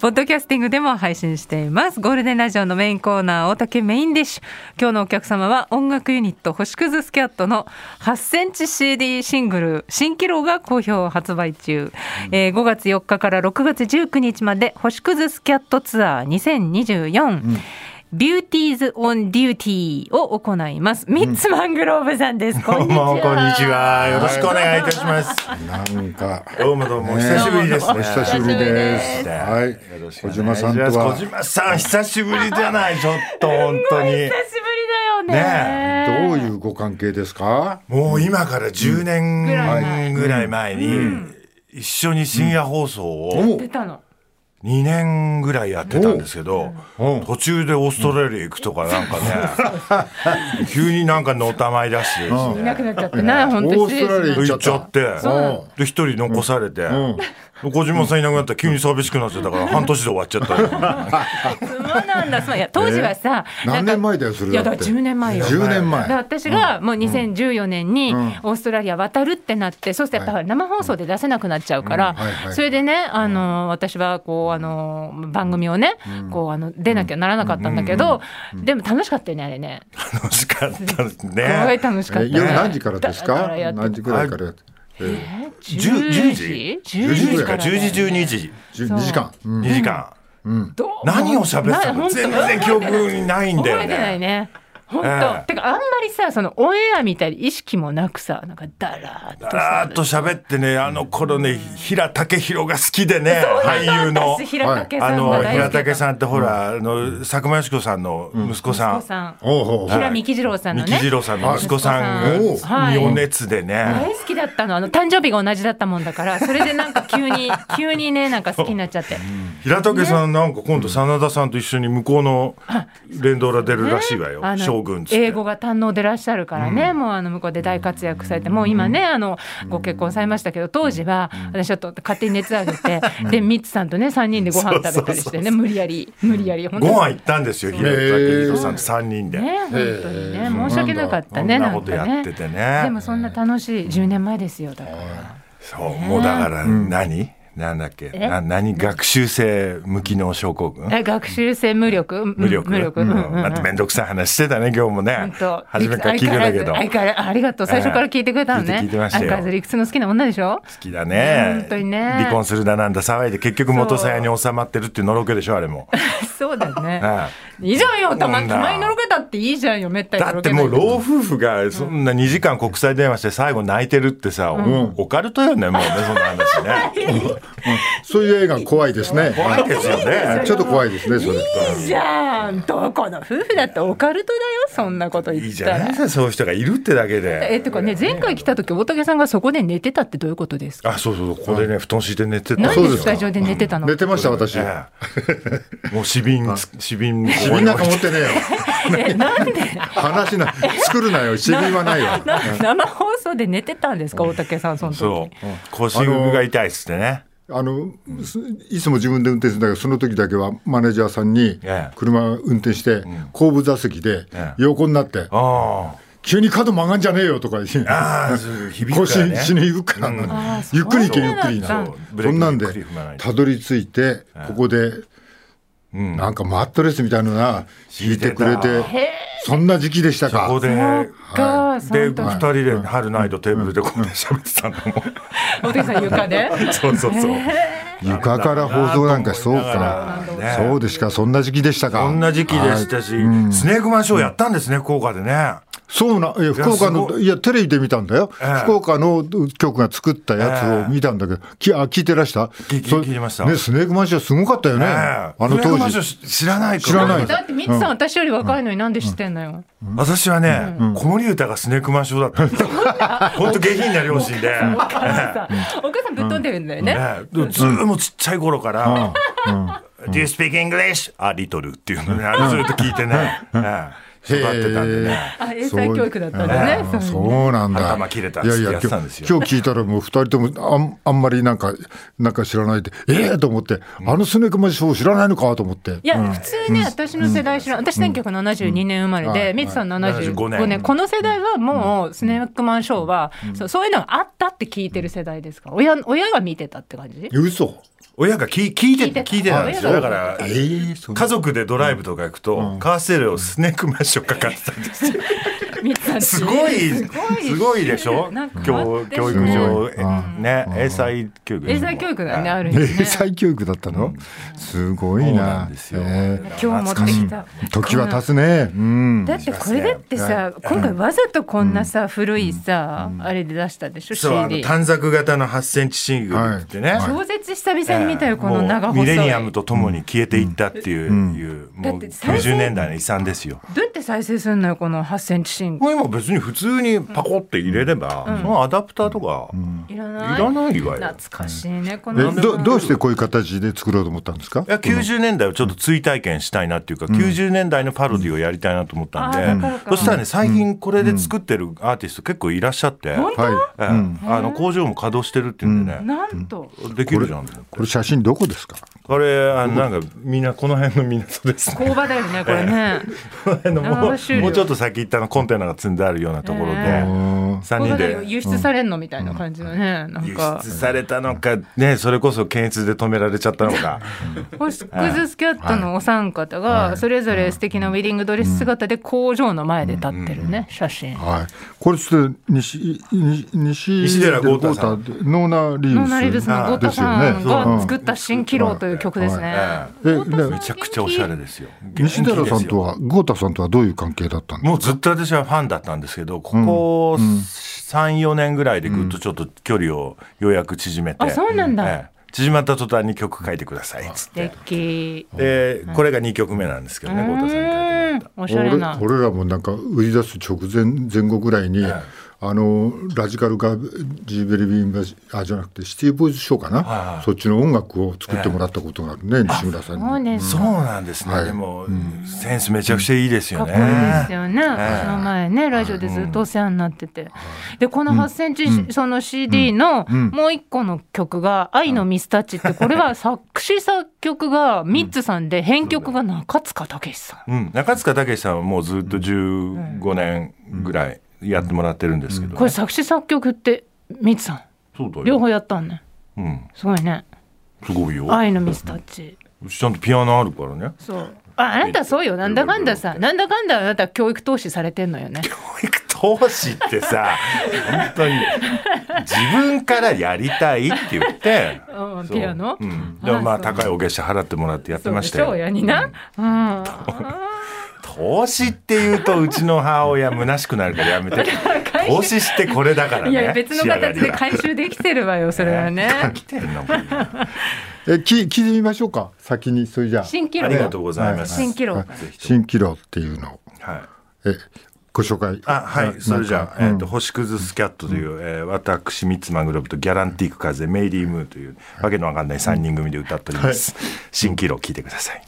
ポッドキャスティングでも配信していますゴールデンラジオのメインコーナー大竹メインディッシュ今日のお客様は音楽ユニット星屑スキャットの8センチ CD シングル新キロが好評発売中、えー5月4日から6月19日まで星屑スキャットツアー2024、ビューティーズ・オン・デューティーを行います。ミッツ・マングローブさん です。こんにちどうもこんには。ちは。よろしくお願いいたします。なん か、どうもどうも、お久しぶりです。お久しぶりお久でしぶりです。すはい、小島さんと小は島さん、久しぶりじゃない、ちょっと本当に。久しぶりだよね。どういうご関係ですか。もう今から10年ぐらい前に、一緒に深夜放送をお出たの。 2年ぐらいやってたんですけど、お途中でオーストラリア行くとかなんかね、 急になんかのたまいだしてですいね。なくなっちゃってな、本当オー失礼スしトラリアまし行行っっちちゃゃっ、ってうで一人残されて、小島さんいなくなったら急に寂しくなっちゃったから半年で終わっちゃったよた。そうなんだ。そういや当時はさ、何なん年か前だよ、それいやだだっかて。ら10年前よ。だ10年から前。私がもう2014年にオーストラリア渡るってなって、そうするとやっぱ生放送で出せなくなっちゃうから、うんはいはいそれでねあの私はこうあの番組をね、こうあの出なきゃならなかったんだけど、でも楽しかったよねあれね楽しかったですすごいね。楽しかった、え夜何時からですだだからやって何時くらいからやって。え10 10 10時時10 10時かから10時12時十そう二時間。うん2時間、どう何を喋ってなたの本当全然記憶にないんだよ覚えてないね。ね。本当、ええてかあんまりさそのオンエアみたいに意識もなくさなんかだらーっとあさーっと喋ってねあの頃ね平武弘が好きでね俳優の私。平竹あさんのが大好平きだった武さんってほら、あの佐久間佳子さんの息子さん、お子さんおうおうおう。平幹二郎さんの三ね木次郎さんの息子さんおうがはい余熱でね、大好きだったのあの誕生日が同じだったもんだからそれでなんか急 に急にねなんか好きになっちゃって平武さんなんか今度真田さんと一緒に向こうの連ドラ出るらしいわよ、あの将軍っつって英語が堪能でらっしゃるからね、もうあの向こうで大活躍されてもう今ねあのご結婚されましたけど当時は私ちょっと勝手に熱上げてでミッツさんとね3人でご飯食べたりしてね無理やり無理やり本当ごに飯行ったんですよ平武弘さんと3人で、ね本当にへねえ申し訳なかっこたんねななこんとかやってねてねでもそんな楽しい10年前ですよだからそうもうだから何、なんだっけな何学習生向きの症候群え学習生無力うん無力無力うんうんうんまた面倒くさい話してたね今日もね本当初めから聞いてたけど相好変わらず相変わらずありがとう最初から聞いてくれたのね、ええ聞いて聞いてましたよ相変わらず理屈の好きな女でしょきだね本当にね離婚するだなんだ騒いで結局元さやに収まってるっていうのろけでしょあれも、そうだね ああいいじゃんよたまそんになたまにのろけたっていいじゃんよめったにのだろってけないもう老夫婦がそんな2時間国際電話して最後泣いてるってさ、オカルトよねもうねそんな 話ねそういう映画怖いですね。怖いですよね ちょっと怖いですね、それ。いいじゃんどこの夫婦だってオカルトだよそんなこと言いいっじたらゃないですかそういう人がいるってだ けでえってかね前回来た時大竹さんがそこで寝てたってどういうことですかあそうそうここでね布団敷いて寝てたなんそうでですスかタジオで寝てたの寝てました、私。ええ もう死瓶つ死瓶シビなんか持ってねえよ。 えなんで話な、作るなよ、シビはな いよ。な生放送で寝てたんですか大竹さんその時そう腰が痛いっつってねあのすいつも自分で運転するんだけど、その時だけはマネージャーさんにええ車運転して、後部座席でええ横になって、あ急に角曲がんじゃねえよとか言うああー響くから腰ね死に行くから、ああゆっくり行け、そうゆっなくんりだなそうブレーキそんなんでゆっくり踏まない、とたどり着いて、ここで、なんかマットレスみたいなのが引いてくれ敷いてて、そんな時期でしたここか。でかそでの二時人で春ないとテーブルでこうやって喋ってたのも 大竹さん床でそうそうそう床から放送なんか、そうか。ねそうですか、そんな時期でしたか。こんな時期でしたしスネークマンショーやったんですね福岡でねそうな、いや、福岡すごの、いいや、テレビで見たんだよ。ええ福岡の局が作ったやつを見たんだけど、きあ、聞いてらした聞きそ聞いてましたね、スネークマンションすごかったよね。ねえあスのネーク当マンショ時。ー知らないから知らないだってミツさん、私より若いのになんで知ってんのよ、私はね、子守歌がスネークマンショーだったんですよ。本当下品な両親で。お母さんお母さんぶっ飛んでるんだよね、ね、でもずーもうちっちゃい頃から、Do you speak English? あ、リトルっていうのね、あれずっと聞いてね、ね育ってたんでね。あ英才教育だったんだねあそうそうなんだ。頭切れたっいつっやていや、やっ今て日たんですよ今日聞いたらもう二人ともあんあんまりなんか、なんか知らないで、ええと思って、あのスネークマンションを知らないのかと思って。いや、普通ね、私の世代知らん、私1972年生まれで、ミツさん75 75年、年この世代はもう、スネークマンショーは、そうそういうのがあったって聞いてる世代ですか親親が見てたって感じ嘘。親が聞聞いて聞いてた聞いてたんですよはいだからえー、そんな家族でドライブとか行くと、カーセルをスネークマッシュをかかってたんですよ。三つさんすご い、すごいでしょなんか変わ教って教る育ね上、うんね、英才教育。英才教育だよねある意味英ね才教育だったの、すごいそうななんですよえ今日持ってきたー時は経つね、うん、だってこれだってさ今回わざとこんなさ古いさあれで出したでしょそう、あの CD 短冊型の8センチシングルってね。はい超絶久々に見たよこの長もう細ミレいニアムとともに消えていったっていう、いうだもうって再生90年代の遺産ですよ。どうやって再生するのよこの8センチシングこれ今別に普通にパコって入れれば、そのアダプターとか、いらないいらないわよ。懐かしいねこえのどどうしてこういう形で作ろうと思ったんですかいや90年代をちょっと追体験したいなっていうか、90年代のパロディをやりたいなと思ったんで、あーだからかそしたらね最近これで作ってるアーティスト結構いらっしゃって、本当はい、ええあの工場も稼働してるっていうんでね、なんとできるじゃんと思ってこれ写真どこですかこれあのなんかみんなこの辺の港ですね工場だよねこれね この辺のもあー終う了もうちょっと先行ったのコンテナが積んであるようなところで、えうえん3工人場だでよ輸出されんのみたいな感じのねなん輸か出されたのか、ね、それこそ検閲で止められちゃったのか。ホスクズスキャットのお三方がそれぞれ素敵なウェディングドレス姿で工場の前で立ってるね写真はい、これちょっと西西西西寺豪太さん豪太ってノーナリノーナリーブブススのゴッタですよさねんうがん作った「新キロー」という曲ですね。えでめちゃくちゃおしゃれですよ。西寺さんとはは豪太さんとはどういう関係だったんですかもうずっと私はファンだったんですけど、ここ3、4年ぐらいでぐっとちょっと距離をようやく縮めて。あそうなんだええ縮まった途端に曲書いてくださいっつっ素て。敵で、これが2曲目なんですけどね、ゴータさんに書いてもらっうた。んおしゃれな俺俺らもなんか売り出す直前前後ぐらいに、あのラジカルガジーベリビーンバジあじゃなくてシティボーイズショーかな、そっちの音楽を作ってもらったことがあるね、西村さんそうでに。すそうかなんですね。でも、センスめちゃくちゃいいですよっこね。いいですよね、この前ねラジオでずっとお世話になってて、でこの8センチ、その CD のもう一個の曲が「愛のミスタッチ」ってこれは作詞作曲がミッツさんで編曲が中塚武さん。うん、中塚武さんはもうずっと15年ぐらいやってもらってるんですけど、これ作詞作曲ってミツさんそうだよ両方やったんねうん、すごいねすごいよ。愛のミスタッチちゃんとピアノあるから ね。そうああなたそうよなんだかんださなんだかんだあなた教育投資されてんのよね教育投資ってさ、本当に自分からやりたいって言って、うんそうピアノうん、でもまあ高いお月謝払ってもらってやってそうまでししたょうよ。やになうん投資っていうとうちの母親虚しくなるからや めて。回収投資してこれだからね。いや別の形で回収できてるわよそれは ね来てんのこれえき聞いてみましょうか先にそれじゃあ新キロありがとうございます。新キロはい新キロっていうのをはい。えご紹介あはなんいかそれじゃあ、えーと星屑スキャットという、えー私ミッツマングローブとギャランティーク風メイリームーというわけのわかんない3人組で歌っております、新キロ聞いてください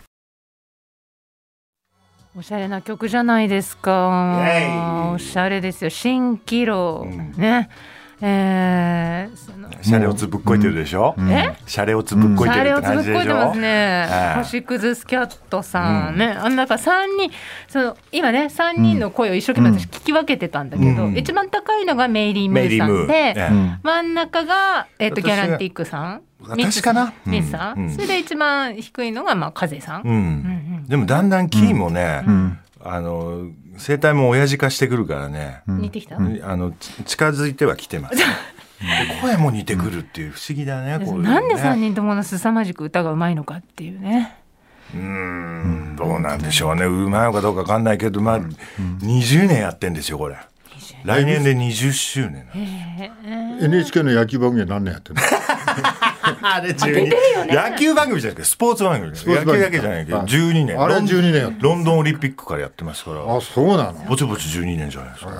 おしゃれな曲じゃないですかイエイおしゃれですよ新キロうんねえーそのシャレオツぶっこいてるでしょ、えシャレオツぶっこいてあれるっをてつぶ感っじこいでしてょ、ますねええ。星屑スキャットさんね、あのなんか三人、その今ね三人の声を一生懸命私聞き分けてたんだけど、うん一番高いのがメイリームメイーリさームんー、で、えうん真ん中がえっ、と私ギがャランティックさん、私ミッツさんかなうんミッツさん、うんそれで一番低いのがまあ風さん。えうんでもだんだんキーもね、あの声帯も親父化してくるからね、似てきた。あのち近づいては来 てます、で声も似てくるっていう不思議だね、こういうのねなんで3人ともの凄まじく歌がうまいのかっていうねどうなんでしょうね、うまいのかどうかわかんないけど、まあ、20年やってんですよ、これ。来年で20周年なの NHK の野球番組は何年やってるのあれ12野球番組じゃなくて、スポーツ番組。ポーツ野番組球だけじゃないけど、あ12年。あれロン12年やってロンドンオリンピックからやってますから、あそうなのぼちぼち12年じゃないですか。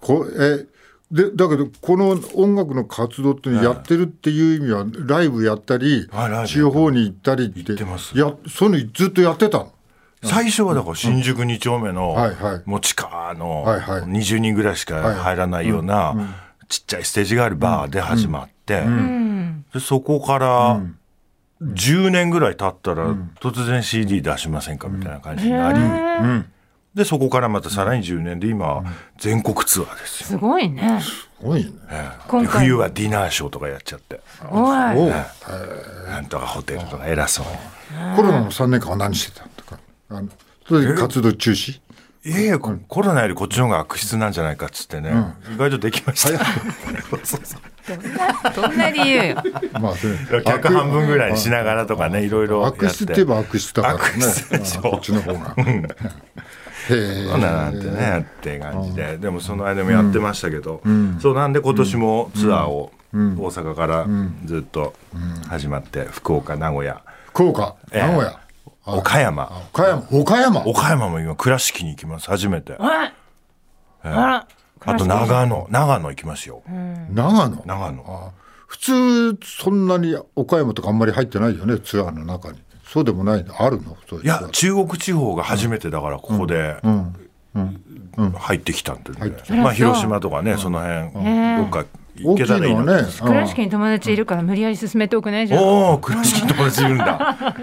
こえでだけどこの音楽の活動ってやってるっていう意味はライブやったりはいライブ地方に行ったりって行ってますやそういうのずっとやってたの最初はだから新宿2丁目のはいはい、もう地下のはいはい20人ぐらいしか入らないような、ちっちゃいステージがあるバーで始まって、でそこから10年ぐらい経ったら、突然 CD 出しませんかみたいな感じになり、でそこからまたさらに10年で今、全国ツアーですよすごいね。すごいね。今で回冬はディナーショーとかやっちゃっておいおうなんとかホテルとか偉そうコロナの3年間は何してたんとかあのそれで活動中止にいやいやこコロナよりこっちの方が悪質なんじゃないかっつってね、意外とできました そうそうどんな理由 よ。まあそれ 客半分ぐらいにしながらとかねいろいろやって悪質って言えば悪質だからね悪質でしょあこっちの方がへえそうなんてねって感じででもその間もやってましたけど、そうなんで今年もツアーを大阪からずっと始まって福岡名古屋福岡名古屋あ岡山岡山岡山岡山も今倉敷に行きます初めてあら。あと長野長野行きますよ長野長野普通そんなに岡山とかあんまり入ってないよねツアーの中にそうでもないあるのそういういや中国地方が初めてだからここで入ってきたんでねきたまあ広島とかねその辺んどっか行けたらいいな大きいのはね倉敷に友達いるから無理やり進めておくねじゃあ。おお倉敷に友達いる んだ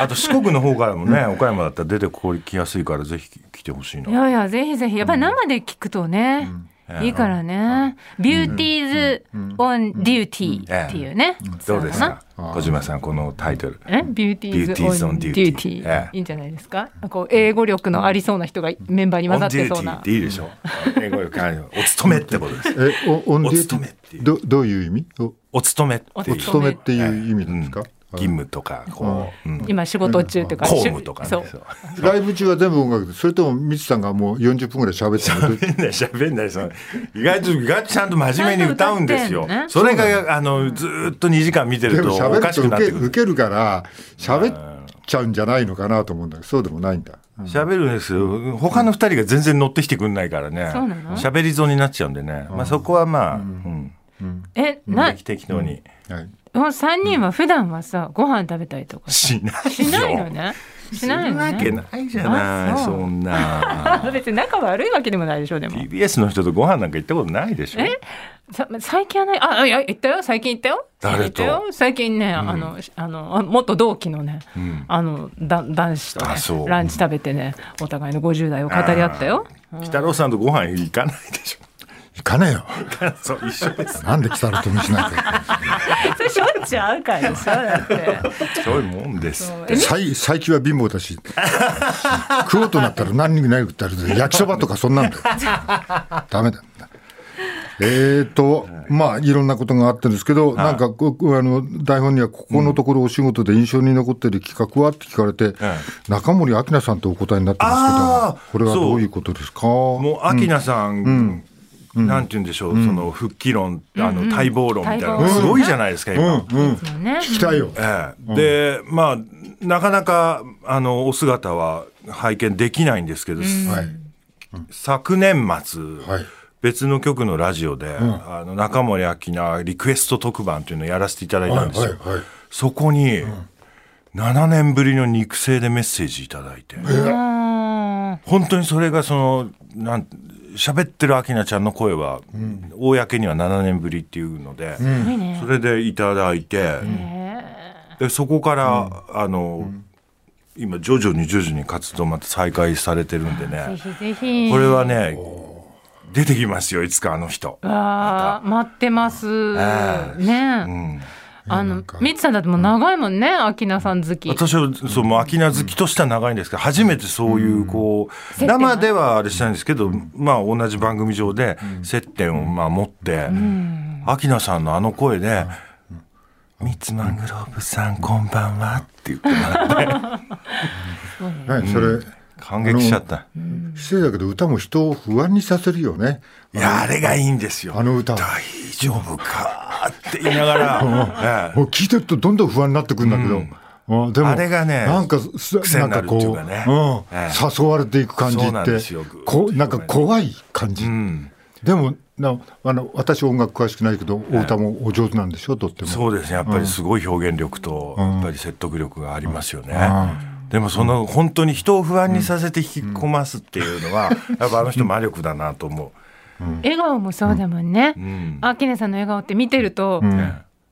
あと四国の方からもね岡山だったら出てこきやすいからぜひ来てほしいいなやいやぜひぜひやっぱり生で聞くとね、いいからね。ビューティーズオンデューティーっていうね。どうですそうだなか小島さんこのタイトルえビューティーズ・オン・デューティ Beauties on ー duty ええいいんじゃないですかこう英語力のありそうな人がメンバーにオ混ンざデってューそうティーっなていいでしょ英語よくあるお勤めってことですえおオンデおューテ勤めってィいうどどういう意味おお勤めっておいおう勤勤めっていう意味なんですか、勤務とかこううん今仕事中とか公務とかねそうそうライブ中は全部音楽でそれともミツさんがもう40分ぐらい喋ってる 喋んない喋んないその意外と意外とちゃんと真面目に歌うんですよちゃんと歌ってんのねそれがあのずーっと2時間見てでるともお喋かるしとくな受ってけくる受けるから喋っちゃうんじゃないのかなと思うんだけどそうでもないんだ、喋るんですよ他の2人が全然乗ってきてくんないからねそうなの喋り損になっちゃうんでね、まあ、そこはまあ、うんえな適適当にはい、この3人は普段はさご飯食べたりとかししないないよよねしないよわけねないじゃないあそそうんな別に仲悪いわけでもないでしょでも TBS の人とご飯なんか行ったことないでしょえさ最近はないあいや行ったよ最近行ったよ誰と行ったよ最近ね、あのしあのあ元同期のね、あのだ男子と、ねあそう、ランチ食べてねお互いの50代を語り合ったよ北郎さんとご飯行かないでしょ 行かねえよそう一緒 ですなんで来たらと見しないかそれしょっちゅう会うからでしょだ ってそういうもんです そうえ最最近は貧乏だし食おうとなったら何にもないくったら焼きそばとかそんなん だよダメだえーとまあいろんなことがあったんですけど、なんかこうあの台本にはここのところお仕事で印象に残っている企画はって聞かれて、中森明菜さんとお答えになってまあすーけどこれはどういうことですかもう明菜さん、なんて言うんでしょう、その復帰論、あの待望論みたいな待望のすごいじゃないですか、今、うんうんそうね来たよええでまあなかなかあのお姿は拝見できないんですけど、はい昨年末、はい別の局のラジオで、あの中森明菜リクエスト特番というのをやらせていただいたんですよ、はいはいはいそこに、7年ぶりの肉声でメッセージいただいて、あ本当にそれがそのなん喋ってる明菜ちゃんの声は、公には7年ぶりっていうのーで、すごいねそれでいただいて、でそこから、あの、今徐々に徐々に活動また再開されてるんでぜねひぜひこれはね出てきますよいつかあの人。わあ待ってますねうん、あのみつさんだってもう長いもんね明菜さん好き私はそうもう秋菜好きとしては長いんですけど初めてそういうこう、接点が生ではあれしたんですけど、まあ、同じ番組上で接点をまあ持って、秋菜さんのあの声で「ミツマングローブさんこんばんは」って言 ってもらってはいそれ、感激しちゃった。失礼だけど歌も人を不安にさせるよねいやあれがいいんですよ。あの歌は大丈夫かって言いながら、ええ もう聞いてるとどんどん不安になってくるんだけど、うんでもあれがねなんかす癖になるっていうかねなんこう、うんええ誘われていく感じそうなんですっよてこうなんか怖い感じ、うんでもなあの私音楽詳しくないけど、お歌もお上手なんでしょとってもそうですねやっぱりすごい表現力と、やっぱり説得力がありますよね。でもその本当に人を不安にさせて引き込ますっていうのは、やっぱあの人魔力だなと思笑顔もそうだもんねう。うん明菜さんの笑 顔って見てると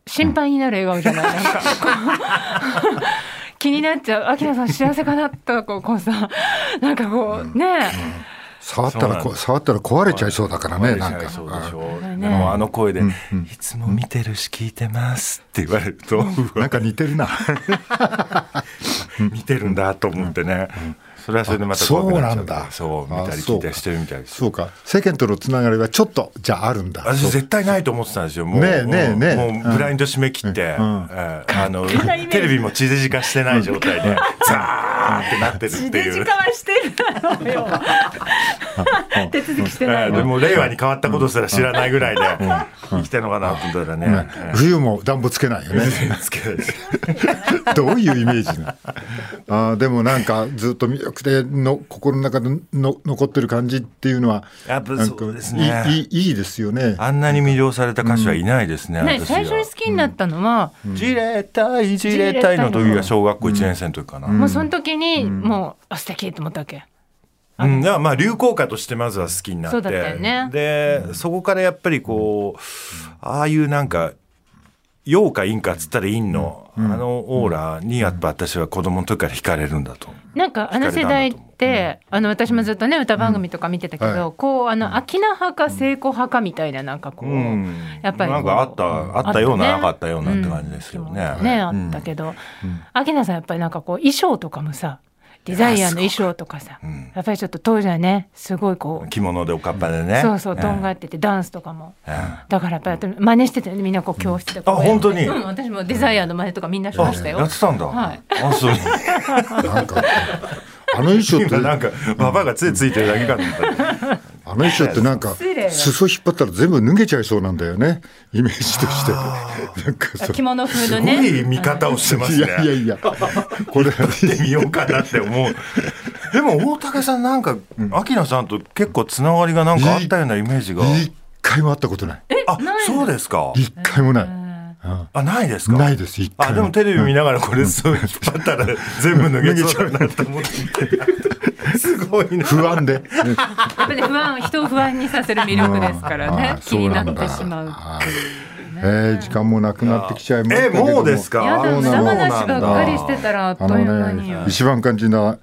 心配になる笑顔じゃないなんかこう気になっちゃう明さん幸せかなとこうこうさなんかこうね、触ったらこ触ったら壊れちゃいそうだからねなんかそうでしょう、でもあの声で、いつも見てるし聞いてます」って言われる と、なんか似てるな見てるんだと思ってね、それはそれでまたそうなんだそう見たり聞いたりしてるみたいですそうか世間とのつながりはちょっとじゃああるんだ私絶対ないと思ってたんですよもうねえねえねえもうブラインド締め切って、えーあのテレビも地デジ化してない状態で、ザーってなってる地ってデいジう化。はしてるのよ手続きしてないえーのでも令和に変わったことすら知らないぐらいで生きてるのかなと思ったらね、えー冬も暖房つけないよね つけないしどういうイメージな のあーでもなんかずっと魅力での心の中での残ってる感じっていうのはやっぱなんかそうですねいいいいいいですよねあんなに魅了された歌手はいないですね、ね私最初に好きになったのは、じれたいじれたいの時が小学校1年生の時かな、うんもうその時に、もうあ素敵と思ったわけうんだからまあ流行歌としてまずは好きになってそうだったよねで、そこからやっぱりこうああいうなんか陽か陰かっつったら陰の、あのオーラにやっぱ私は子供の時から惹かれるんだと思うなんかあの世代って、あの私もずっとね歌番組とか見てたけど、うんはこうあの秋名派か聖子派かみたいななんかこう、うんやっぱりなんかあったあったようななかったようなって感じですよねうんねあったけど、秋名さんやっぱりなんかこう衣装とかもさデザイアの衣装とかさ、んやっぱりちょっと当時はねすごいこう着物でおかっぱでね、そうそうええとんがってて、ダンスとかも。ええだからやっぱり真似してたよねみんなこう教室でこうやってあ本当にうん、私もデザイアの真似とかみんなしあましたよ、やってたんだ、はいあそうなんかあの衣装って今なあんかババアが杖ついてるだけかと思ったの衣装ってなんか失礼な裾引っ張ったら全部脱げちゃいそうなんだよねイメージとしてなんかそう着物風のすごいね見方をしてますいね。やいやいやこれ 見てみようかなって思う。でも大竹さんなんか、明菜さんと結構つながりがなんかあったようなイメージが。一回も会ったことないあない、そうですか。一回もなういんあ、ないですか。ないです一回あ、でもテレビ見ながらこれそう引っ張ったら全部脱げそうだなと思って。すごいな。不 安でやっぱり不安人を不安にさせる魅力ですからあねー気そにななっんだてしまうはいえー時間もなくなってきちゃいましたえ、けれどももうですか。やだそう無な駄の話ばっかりしてたらあっとあいう間のによね、一番肝心な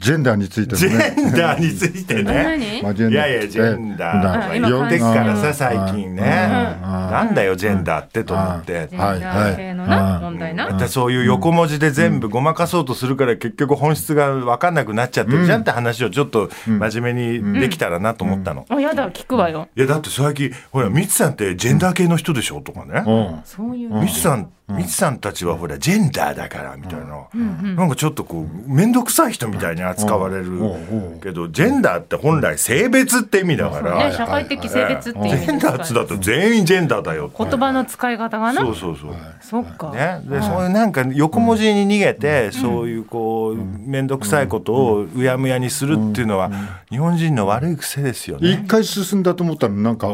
ジェンダーについてジのねェンダーについてね。まあジェンいダやーいや、ジェンダえー。え言ってっからうさ、ん最近ね。うんなんだよ、ジェンダーってと思って。ジんェンダー系のはいなはい問題だっなてそういう横文字で全部ごまかそうとするから結局本質が分かんなくなっちゃってるじゃんって話をちょっと真面目にできたらなと思ったの。あやだ聞くわよいやだって最近ほらミツさんってジェンダー系の人でしょとかうね。んそういうミツさん、ミツさんたちはほらジェンダーだからみたいな、なんかちょっとこう面倒くさい人みたいに扱われるうんうんけどジェンダーって本来性別って意味だかねら、社会的性別っていう意味ジェンダーっつだと全員ジェンダーだよって言葉の使い方がなそうそうそう。そっかね、でそういうなんか横文字に逃げて、そういうこう面倒くさいことをうやむやにするっていうのは日本人の悪い癖ですよね。一回進んだと思ったらなんか、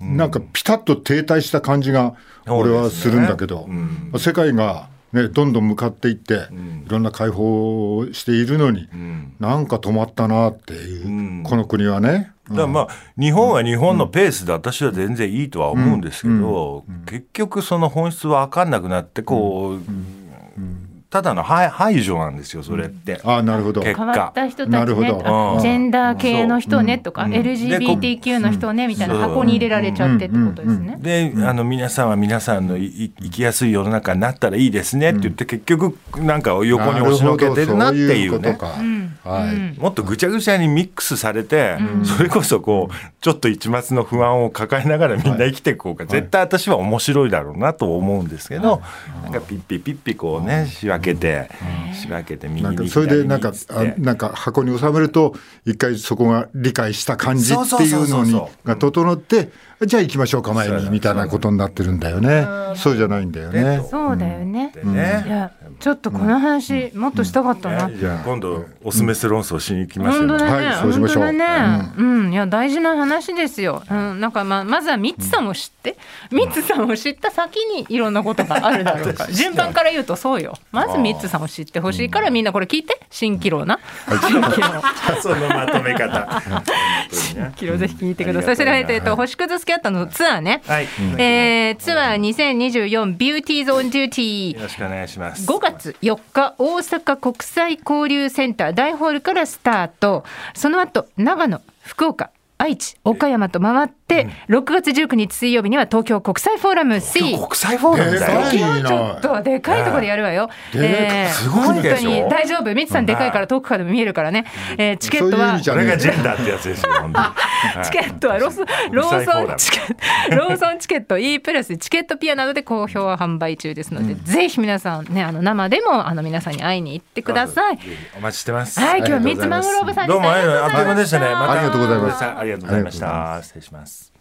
なんかピタッと停滞した感じが俺はするんだけど、世界が、ね、どんどん向かっていって、いろんな解放をしているのに、なんか止まったなっていう、この国はね。だからまあ日本は日本のペースで私は全然いいとは思うんですけど、結局その本質は分かんなくなってこうただの排排除なんですよそれって。ああなるほど。結変わった人たなちるほねどあうんジェンダー系の人ねとかうん LGBTQ の人ねみたいな箱に入れられちゃってってことですねで、あの皆さんは皆さんのいい生きやすい世の中になったらいいですねって言って、結局なんか横に押しのけてるなっていうねなるほどそういうことかうんはいうんもっとぐちゃぐちゃにミックスされて、それこそこうちょっと一抹の不安を抱えながらみんな生きていこうか、絶対私は面白いだろうなと思うんですけど、なんかピッピピッピこうね仕分けて、仕分けて右なんにか左にそれでなんかつってあなんか箱に収めると一回そこが理解した感じっていうそのうそうそうにそうが整ってじゃあ行きましょうか前にみたいなことになってるんだよねそうじゃないんだよねねとそうだよねでねいやちょっとこの話もっとしたかったなね今度おすめす論争しに行きますよ、本当だね、はいそうしましょう本当だね、うん、いや大事な話ですよ。うん、なんかまあまずはミツさんを知って、ミツさんを知った先にいろんなことがあるだろ うから、順番から言うとそうよ。まずミツさんを知ってほしいからみんなこれ聞いて、新キロな、新キロ、そのまとめ方。本当にねキロぜひ聞いてくださあい。そりがたいなれではえっと星屑スキき合ったのツアーね。はいえーツアー2024ビューティーズオンデューティーよ。ろしくお願いします。 5月4日大阪国際交流センター大ホールからスタートその後長野福岡愛知岡山と回って、6月19日水曜日には東京国際フォーラム C 国際フォーラムだよえ。ー今日ちょっとでかいところでやるわよ。でかいすごいでしょ本当に大丈夫。ミツさんでかいから遠くから見えるからね。えーチケットそういう意は味じゃこれがジェンダーってやつですよ。本当にはいチケットはロスローソンチケット、ローソンチケット、E プラスチケットピアなどで好評販売中ですので、ぜひ皆さんねあの生でもあの皆さんに会いに行ってください。お待ちしてます。はい、今り日がはとうミごツざいマますングローブさんでした。どうもありがとうございましたね。ありがとうございましたありがとうござありがとうございいましたました。失礼します。